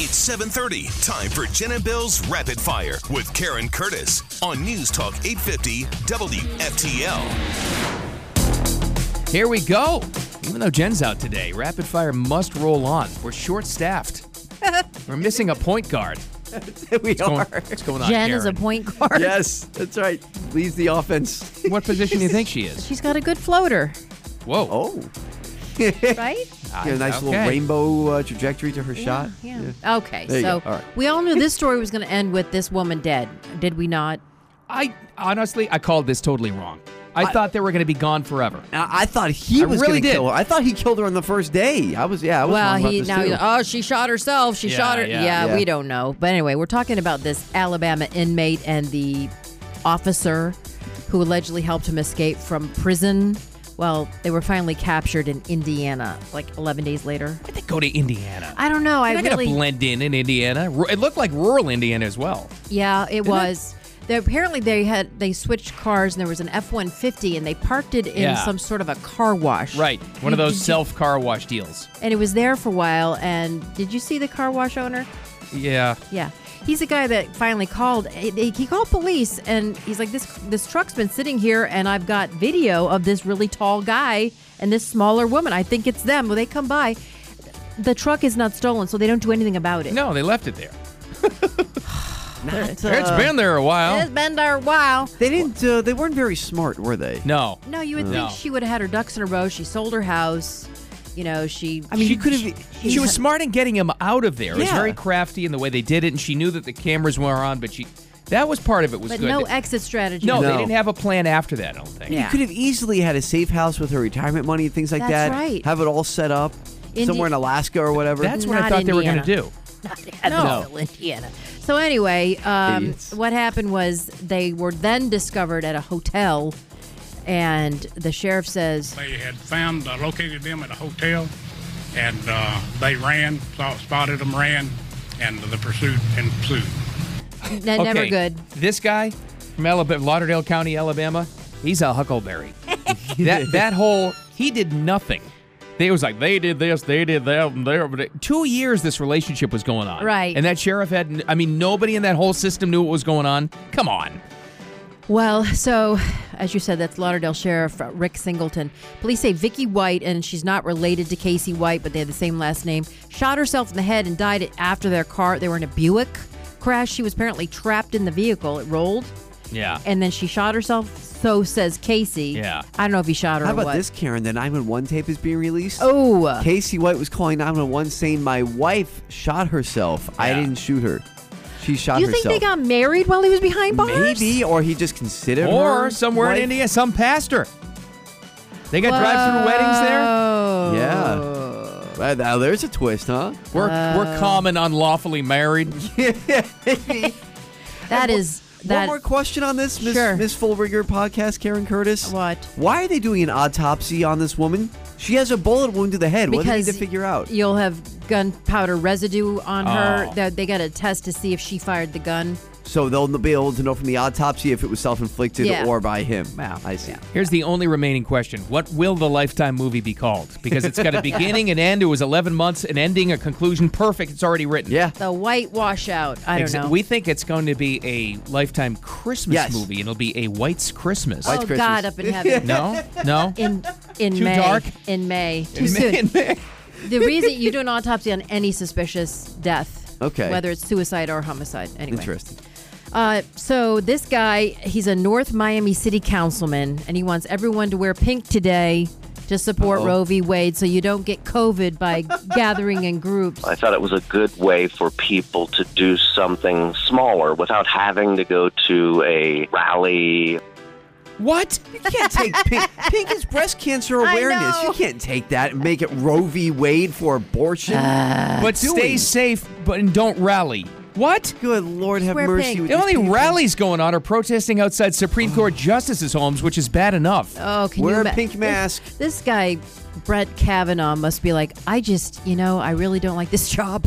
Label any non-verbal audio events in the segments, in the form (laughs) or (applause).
It's 7:30. Time for Jen and Bill's Rapid Fire with Karen Curtis on News Talk 850 WFTL. Here we go. Even though Jen's out today, rapid fire must roll on. We're short (laughs) staffed. We're missing a point guard. (laughs) we Going- are. What's going on? Jen is a Karen? (laughs) point guard. Yes, that's right. Leads the offense. What position do you think she (laughs) is? She's got a good floater, Whoa. Oh, right? yeah, a nice Okay. little rainbow uh, trajectory to her shot. Yeah. Okay, There you so go. All right. we all knew this story was going to end with this woman dead, did we not? I honestly, I called this totally wrong. I, thought they were going to be gone forever. Now, I thought he I was really going to did. kill her. I thought he killed her on the first day. I was, yeah, I was well, wrong about he this now too. he's like, oh she shot herself. She Yeah, shot her. yeah. Yeah, Yeah. we don't know. But anyway, we're talking about this Alabama inmate and the officer who allegedly helped him escape from prison. Well, they were finally captured in Indiana, like 11 days later. Why'd they go to Indiana? I don't know. I They're not really going to blend in in Indiana. Ru- It looked like rural Indiana as well. Yeah, it was. They, apparently, they had they switched cars, and there was an F one fifty, and they parked it in Yeah. some sort of a car wash. Right. One of Did those you- self car wash deals. And it was there for a while. And did you see the car wash owner? Yeah. Yeah, he's the guy that finally called. He he called police, and he's like, "This this truck's been sitting here, and I've got video of this really tall guy and this smaller woman. I think it's them. When they come by, the truck is not stolen, so they don't do anything about it. No, they left it there. Not, it's uh, been there a it's while. been there a while. They didn't. Uh, they weren't very smart, were they? No. No, you would Mm. No. think she would have had her ducks in a row. She sold her house. You know, she. I mean, She- you could have. She, was smart in getting him out of there. It was Yeah. very crafty in the way they did it, and she knew that the cameras were on, but she that was part of it was but good. no exit strategy. no, they No. didn't have a plan after that, I don't think. Yeah. You could have easily had a safe house with her retirement money and things like That's that. right. Have it all set up Indi- somewhere in Alaska or whatever. That's what I Not thought they were going Indiana. to do. Evansville, Indiana. So anyway, um, Idiots. what happened was they were then discovered at a hotel, and the sheriff says, They had found, uh, located them at a hotel, and uh, they ran, saw, spotted them, ran, and the pursuit ensued. "N- "Never Okay, good." This guy from Alabama, Lauderdale County, Alabama, he's a (laughs) huckleberry. that that whole he did nothing. They was like they did this, they did that, and there. But two years this relationship was going on, Right. And that sheriff had, n- I mean, nobody in that whole system knew what was going on. Come on, Well, so as you said, that's Lauderdale Sheriff Rick Singleton. Police say Vicky White, and she's not related to Casey White, but they had the same last name, shot herself in the head and died after their car. They were in a Buick crash. She was apparently trapped in the vehicle. It rolled, yeah. and then she shot herself. So says Casey. Yeah. I don't know if he shot her. How or about what. this, Karen? The 911 tape is being released. Oh, Casey White was calling 911 saying, My wife shot herself. I Yeah. didn't shoot her. She shot you herself. think they got married while he was behind bars? Maybe, or he just considered or her somewhere in wife. India, some pastor. They got drive-through weddings there. Oh. Yeah. Well, Now there's a twist, huh? We're we're common unlawfully married. That is One that. more question on this, Miss Sure. Miss Fulbringer podcast, Karen Curtis. What? Why are they doing an autopsy on this woman? She has a bullet wound to the head. what do they need because to figure out? you'll have gunpowder residue on her. Oh. That they got to test to see if she fired the gun. So they'll be able to know from the autopsy if it was self-inflicted Yeah. or by him. Wow, I see. Here's the only remaining question. What will the Lifetime movie be called? Because it's (laughs) got a beginning, an end. It was 11 months, an ending, a conclusion. Perfect. It's already written. Yeah. The white washout. I don't Exa- know. We think it's going to be a Lifetime Christmas Yes. movie, and it'll be a White's Christmas. oh White Christmas. God, up in (laughs) heaven. (laughs) No? No? In in Too May. dark? In May. Too In May- soon. in May. The reason you do an autopsy on any suspicious death. Okay. Whether it's suicide or homicide. Anyway. Interesting. Uh, so this guy, he's a North Miami City councilman, and he wants everyone to wear pink today to support Uh-oh. Roe v. Wade, so you don't get COVID by (laughs) gathering in groups. I thought it was a good way for people to do something smaller without having to go to a rally. What? You can't take pink. pink is breast cancer I awareness. You know. can't take that and make it Roe v. Wade for abortion. (laughs) Uh, but stay doing? safe but and don't rally. What? Good Lord, have wear mercy. pink. with The these only people. rallies going on are protesting outside Supreme Court justices' homes, which is bad enough. Oh, can Wear you a ima- pink this- mask. This, guy, Brett Kavanaugh, must be like, I just, you know, I really don't like this (laughs) job.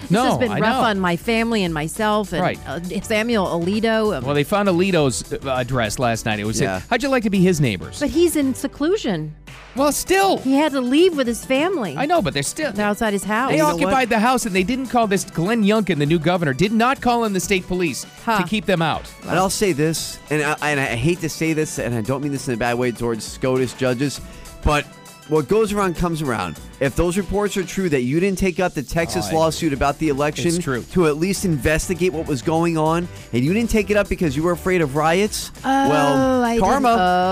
This No, has been I rough know. on my family and myself, and Right. uh, Samuel Alito. Well, they found Alito's uh, address last night. It was Yeah. how'd you like to be his neighbors? but he's in seclusion. Well, still, He had to leave with his family. I know, but they're still. They're outside his house. They You know occupied what? the house, and they didn't call this Glenn Youngkin, the new governor, did not call in the state police Huh. to keep them out. And I'll say this, and I, and I hate to say this, and I don't mean this in a bad way towards SCOTUS judges, but what goes around comes around. If those reports are true that you didn't take up the Texas I- lawsuit about the election It's true. to at least investigate what was going on, and you didn't take it up because you were afraid of riots, well, oh, I didn't- karma.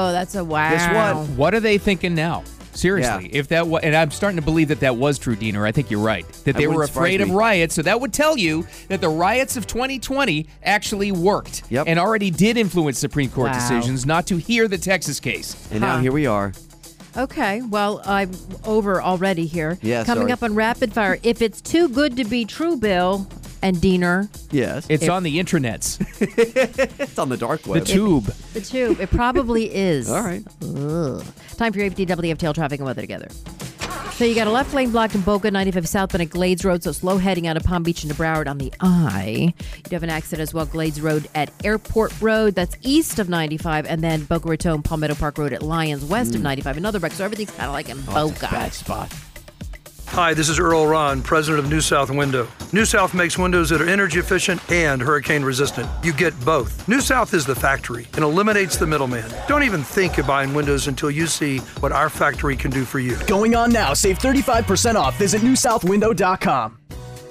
Oh, that's a wow. Guess what? What are they thinking now? Seriously, Yeah. if that was, and I'm starting to believe that that was true, Diener. I think you're right that That they were wouldn't surprise afraid of me. riots, so that would tell you that the riots of 2020 actually worked Yep. and already did influence Supreme Court Wow. decisions not to hear the Texas case. And now Huh. here we are. Okay, well, I'm over already here. Yeah, Coming sorry. up on Rapid Fire, if it's too good to be true, Bill and Diener, Yes. It's on the (laughs) internets, It's on the dark the web. tube. the two, it (laughs) probably is. All right. Ugh. Time for your APTW tail traffic and weather together. So you got a left lane blocked in Boca, 95 southbound at Glades Road, so slow heading out of Palm Beach into Broward on the I. You have an accident as well, Glades Road at Airport Road, that's east of 95, and then Boca Raton, Palmetto Park Road at Lyons, west of 95, another wreck. So everything's kind of like in Boca. Oh, Bad spot. Hi, this is Earl Ron, president of New South Window. New South makes windows that are energy efficient and hurricane resistant. You get both. New South is the factory and eliminates the middleman. Don't even think of buying windows until you see what our factory can do for you. Going on now. Save 35% off. Visit newsouthwindow.com.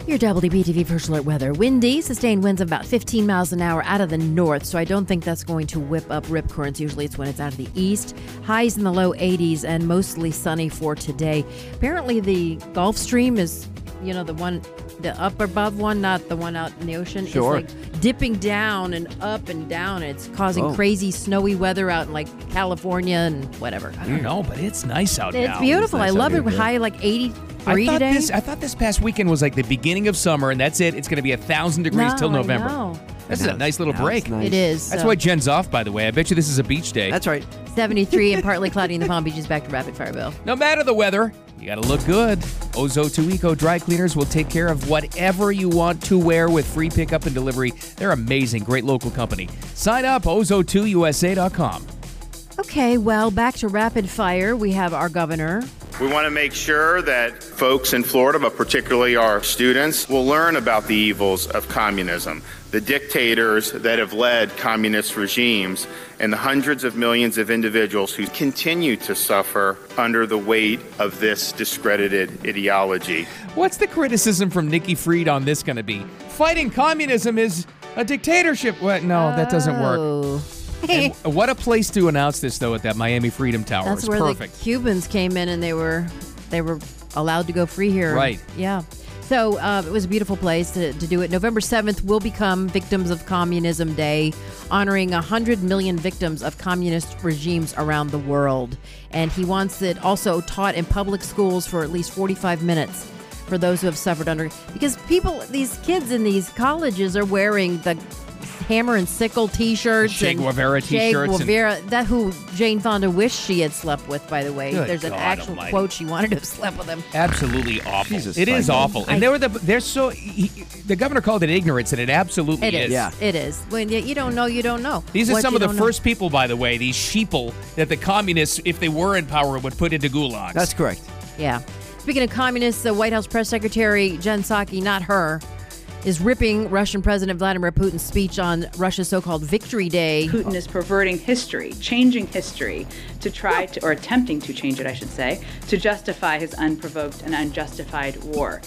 Your WBTV Virtual Alert weather. Windy, sustained winds of about 15 miles an hour out of the north, so I don't think that's going to whip up rip currents. Usually it's when it's out of the east. Highs in the low 80s and mostly sunny for today. Apparently the Gulf Stream is, you know, the one, the up above one, not the one out in the ocean. Sure. It's like dipping down and up and down. and It's causing Oh. crazy snowy weather out in like California and whatever. I don't know, but it's Mm. nice out It's now. beautiful. nice I out love here, it. yeah. High like 83 I thought, today. this, I thought this past weekend was like the beginning of summer, and that's it. It's going to be a thousand degrees No, till I November. know. This is a nice little Now break. it's nice. It is. uh, That's so- why Jen's off, by the way. I bet you this is a beach day. That's right. 73 and partly cloudy in the Palm Beaches back to rapid fire, Bill. No matter the weather, you gotta look good. Ozo to Eco Dry Cleaners will take care of whatever you want to wear with free pickup and delivery. They're amazing, great local company. Sign up, ozo2usa.com. Okay, well, back to rapid fire. We have our governor. We want to make sure that folks in Florida, but particularly our students, will learn about the evils of communism, the dictators that have led communist regimes, and the hundreds of millions of individuals who continue to suffer under the weight of this discredited ideology. What's the criticism from Nikki Fried on this gonna be? Fighting communism is a dictatorship. What? No, that doesn't work. Oh, (laughs) And what a place to announce this, though, at that Miami Freedom Tower. that's it's where perfect. the Cubans came in and they were they were allowed to go free here. Right. Yeah. So uh, it was a beautiful place to, to do it. November 7th will become Victims of Communism Day, honoring 100 million victims of communist regimes around the world. And he wants it also taught in public schools for at least 45 minutes for those who have suffered under. Because people, these kids in these colleges are wearing the hammer and sickle t shirts. Che Guevara t-shirts and- Vera, that who Jane Fonda wished she had slept with, by the way. Good There's an God actual almighty. quote she wanted to (laughs) have slept with him. (sighs) Absolutely awful. Jesus it is Christ. awful, and I- they were the they're so. He, the governor called it ignorance, and it absolutely It is. Yeah. It is. When you, you don't know, you don't know. These are What some you of the don't know- first people, by the way, these sheeple that the communists, if they were in power, would put into gulags. That's correct. Yeah. Speaking of communists, the White House press secretary Jen Psaki, not her, is ripping Russian President Vladimir Putin's speech on Russia's so-called Victory Day. Putin is perverting history, changing history to try to, or attempting to change it, I should say, to justify his unprovoked and unjustified war.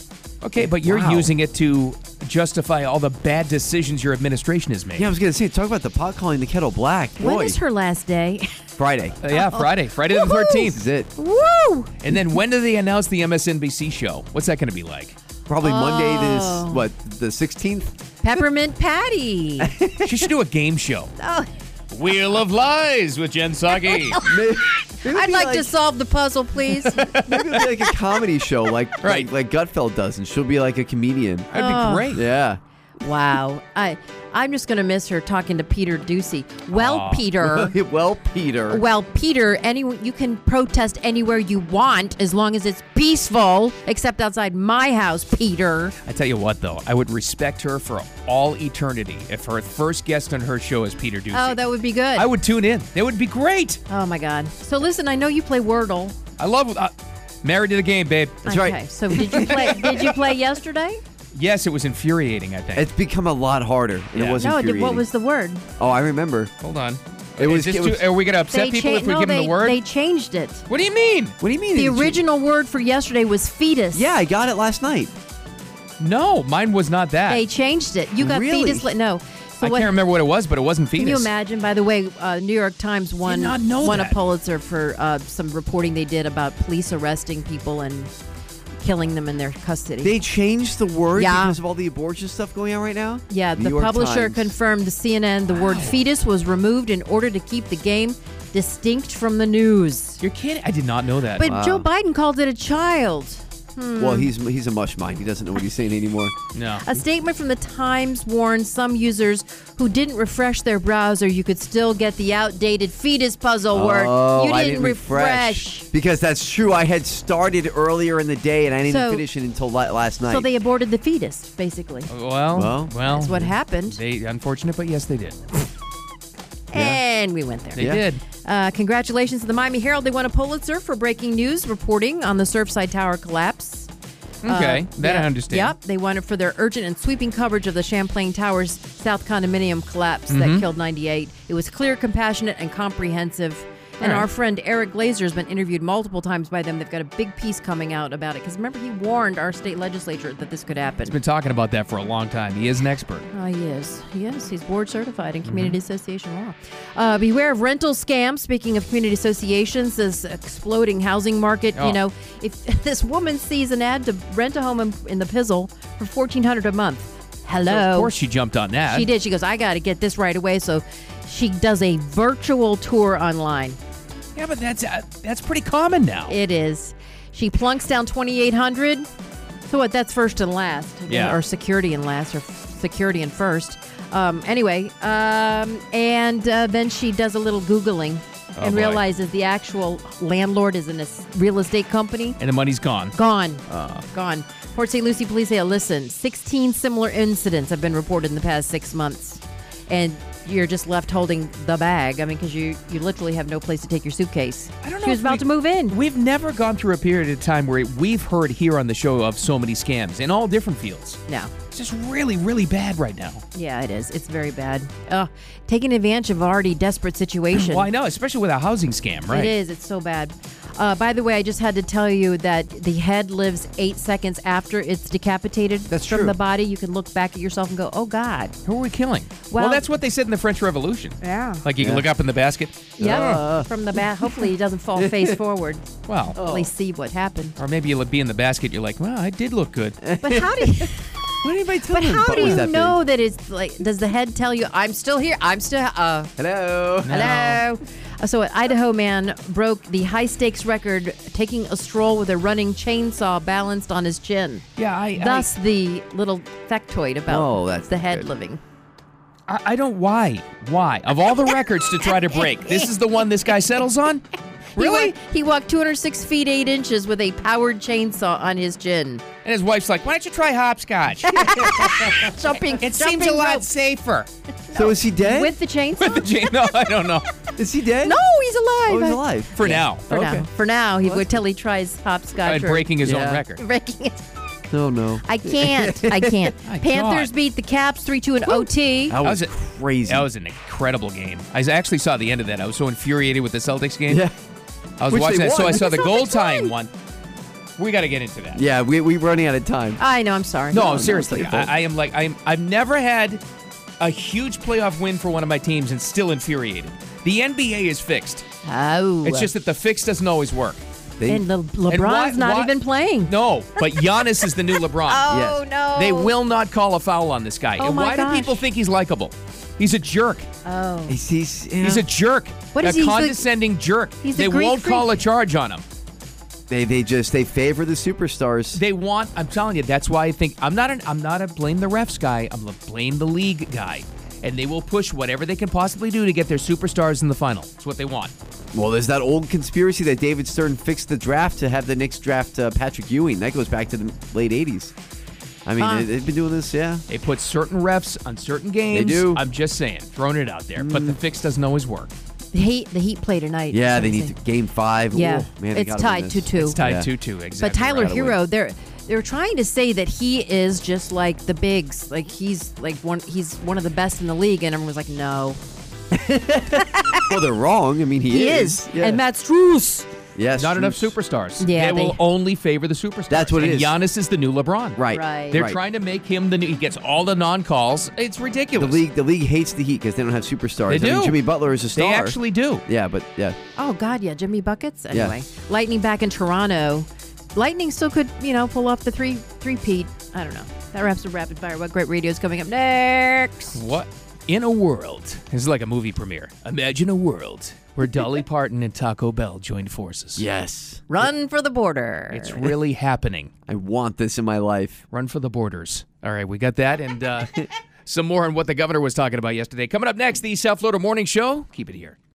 okay, but you're Wow. using it to justify all the bad decisions your administration has made. Yeah, I was going to say, talk about the pot calling the kettle black. Boy, When is her (laughs) last day? Friday. Uh, yeah, Friday, Friday the Woohoo! thirteenth. This is it. Woo! And then when do they announce the MSNBC show? What's that going to be like? Probably Monday Oh. this what the 16th. Peppermint (laughs) Patty. she should do a game (laughs) show. Oh, Wheel of Lies with Jen (laughs) Psaki. Maybe, (laughs) I'd like, to solve the puzzle, please. (laughs) Maybe it'll (laughs) be like a comedy show, like Right. like, like Gutfeld does, and she'll be like a comedian. That'd be great. Yeah, wow. I I'm just gonna miss her talking to Peter Ducey. Well, (laughs) Peter. well, Peter. Well, Peter, any you can protest anywhere you want as long as it's peaceful, except outside my house, Peter. I tell you what, though, I would respect her for all eternity if her first guest on her show is Peter Ducey. Oh, that would be good. I would tune in. That would be great. oh my God. So listen, I know you play Wordle. I love uh, married to the game, babe. okay, So did (laughs) you play? did you play yesterday? Yes, it was infuriating. I think it's become a lot harder. and It was no. infuriating. Did, what was the word? Oh, I remember. Hold on. It was. Is this it was too- are we gonna upset They people cha- if we no, give they, them the word? They changed it. What do you mean? What do you mean? The original word for yesterday was fetus. Yeah, I got it last night. No, mine was not that. They changed it. You got Really? fetus. Li- no. I can't remember what it was, but it wasn't fetus. Can you imagine? By the way, uh, New York Times won not know won that. a Pulitzer for uh, some reporting they did about police arresting people and killing them in their custody. They changed the word Yeah. because of all the abortion stuff going on right now. yeah, New the York publisher Times. confirmed to CNN the word fetus was removed in order to keep the game distinct from the news. You're kidding? I did not know that. But Joe Biden called it a child. Hmm. Well, he's he's a mush mind. He doesn't know what he's saying anymore. No. A statement from the Times warned some users who didn't refresh their browser you could still get the outdated fetus puzzle word. You Oh, I didn't refresh. Because that's true. I had started earlier in the day and I didn't So- finish it until la- last night. So they aborted the fetus, basically. Well, well, That's what happened. They unfortunate, but yes, they did. And we went there. They Yeah. did. Uh, congratulations to the Miami Herald. They won a Pulitzer for breaking news reporting on the Surfside Tower collapse. Okay, that I Uh, yeah. understand. Yep, they won it for their urgent and sweeping coverage of the Champlain Towers South Condominium collapse Mhm. that killed 98. It was clear, compassionate, and comprehensive. And All right. our friend Eric Glazer has been interviewed multiple times by them. They've got a big piece coming out about it because remember he warned our state legislature that this could happen. He's been talking about that for a long time. He is an expert. Ah, yes, yes, he's board certified in Mm-hmm. community association law. Uh, beware of rental scams. Speaking of community associations, this exploding housing market. Oh. You know, if (laughs) this woman sees an ad to rent a home in, in the Pizzle for fourteen hundred a month, hello. So of course, she jumped on that. Oh. She did. She goes, I got to get this right away. So she does a virtual tour online. Yeah, but that's uh, that's pretty common now. It is. She plunks down 2800. So what? That's first and last. Yeah. Or security and last, or security and first. Um, anyway, um, and uh, then she does a little Googling Oh, and boy. realizes the actual landlord is in a s- real estate company. And the money's gone. Gone. Uh, Gone. Port St. Lucie police say, listen, 16 similar incidents have been reported in the past six months. And you're just left holding the bag. I mean, because you, you literally have no place to take your suitcase. I don't know. She was about to move in. We've never gone through a period of time where we've heard here on the show of so many scams in all different fields. No. It's just really, really bad right now. Yeah, it is. It's very bad. Uh, taking advantage of already desperate situation. (clears throat) Well, I know, especially with a housing scam, right? It is. It's so bad. Uh, by the way, I just had to tell you that the head lives eight seconds after it's decapitated from true. the body. You can look back at yourself and go, "Oh God." Who are we killing? Well, Well- that's what they said in the French Revolution. Yeah. Like you can Yeah. look up in the basket. Yep. Ah. From the back. Hopefully, he (laughs) doesn't fall face forward. Wow. At least see (laughs) what happened. Or maybe you'll be in the basket. You're like, wow, I did look (laughs) good. But how do you? What anybody But him how butt do was you that big? know that it's like? Does the head tell you, "I'm still here. I'm still"? Uh, Hello. Hello. Uh, So, an Idaho man broke the high stakes record taking a stroll with a running chainsaw balanced on his chin. Yeah, I. Thus, the little factoid about Oh, that's the not head good. living. I, I don't. Why? Why? Of all the records to (laughs) try to break, this is the one this guy settles on. Really? (laughs) He walked, he walked 206 feet 8 inches with a powered chainsaw on his (laughs) chin. And his wife's like, "Why don't you try (laughs) hopscotch?" jumping. It seems jumping a lot rope. safer. (laughs) So is he dead? With the chainsaw? The Jane- no, I don't know. Is he dead? No, he's alive. Oh, he's I- alive. For now. For now. For now, he would till he tries hopscotch. And or- breaking his own Yeah. record. (laughs) Breaking his Oh no. (laughs) I can't. I can't. My Panthers God. beat the Caps 3 2 in OT. That was, crazy. That was an incredible game. I actually saw the end of that. I was so infuriated with the Celtics game. Yeah. I was Which watching they that, so won. I saw The the goal Celtics time one. We got to get into that. Yeah, we we running out of time. I know. I'm sorry. No, seriously, it's like a I, I am like I'm. I've never had a huge playoff win for one of my teams and still infuriated. The NBA is fixed. Oh, It's just that the fix doesn't always work. and Le- LeBron's not even playing. No, but Giannis is the new LeBron. (laughs) Oh, Yes. no. They will not call a foul on this guy. Oh, and my why gosh. do people think he's likable? He's a jerk. Oh. He's he's, He's a jerk. What a is he? He's the- condescending jerk. He's the they Greek won't freak? call a charge on him. They they just they favor the superstars. They want. I'm telling you, that's why I think I'm not an. I'm not a blame the refs guy. I'm a blame the league guy. And they will push whatever they can possibly do to get their superstars in the final. It's what they want. Well, there's that old conspiracy that David Stern fixed the draft to have the Knicks draft uh, Patrick Ewing. That goes back to the late '80s. I mean, Huh. they, they've been doing this, yeah. They put certain refs on certain games. do. Mm. I'm just saying, throwing it out there. But the fix doesn't always work. The Heat, the Heat play tonight. Yeah, That's they what I'm need saying. to, game five. Yeah, Ooh, man, they it's gotta win tied this. two two. It's tied 2-2, exactly. But Tyler Gotta win. Hero, they're they're trying to say that he is just like the bigs, like he's like one he's one of the best in the league, and everyone was like, no, Well, they're wrong. I mean, he, he, is, Yeah. and Matt Struess. yes, Not enough Struce. superstars. Yeah, it they- will only favor the superstars. That's what it and is. Giannis is the new LeBron. Right. Right. They're right. trying to make him the new. He gets all the non-calls. It's The ridiculous. league, the league hates the Heat because they don't have superstars. They I mean, do. Jimmy Butler is a star. They actually do. Yeah, but yeah, Oh God, yeah, Jimmy buckets. Anyway, Lightning back in Toronto. Lightning still could, you know, pull off the three three peat. I don't know. That wraps up rapid fire. What great radio is coming up next? What in a world? This is like a movie premiere. Imagine a world where (laughs) Dolly Parton and Taco Bell join forces. yes. Run for the border. It's really happening. I want this in my life. Run for the borders. All right, we got that and (laughs) uh, some more on what the governor was talking about yesterday. Coming up next, the South Florida Morning Show. Keep it here.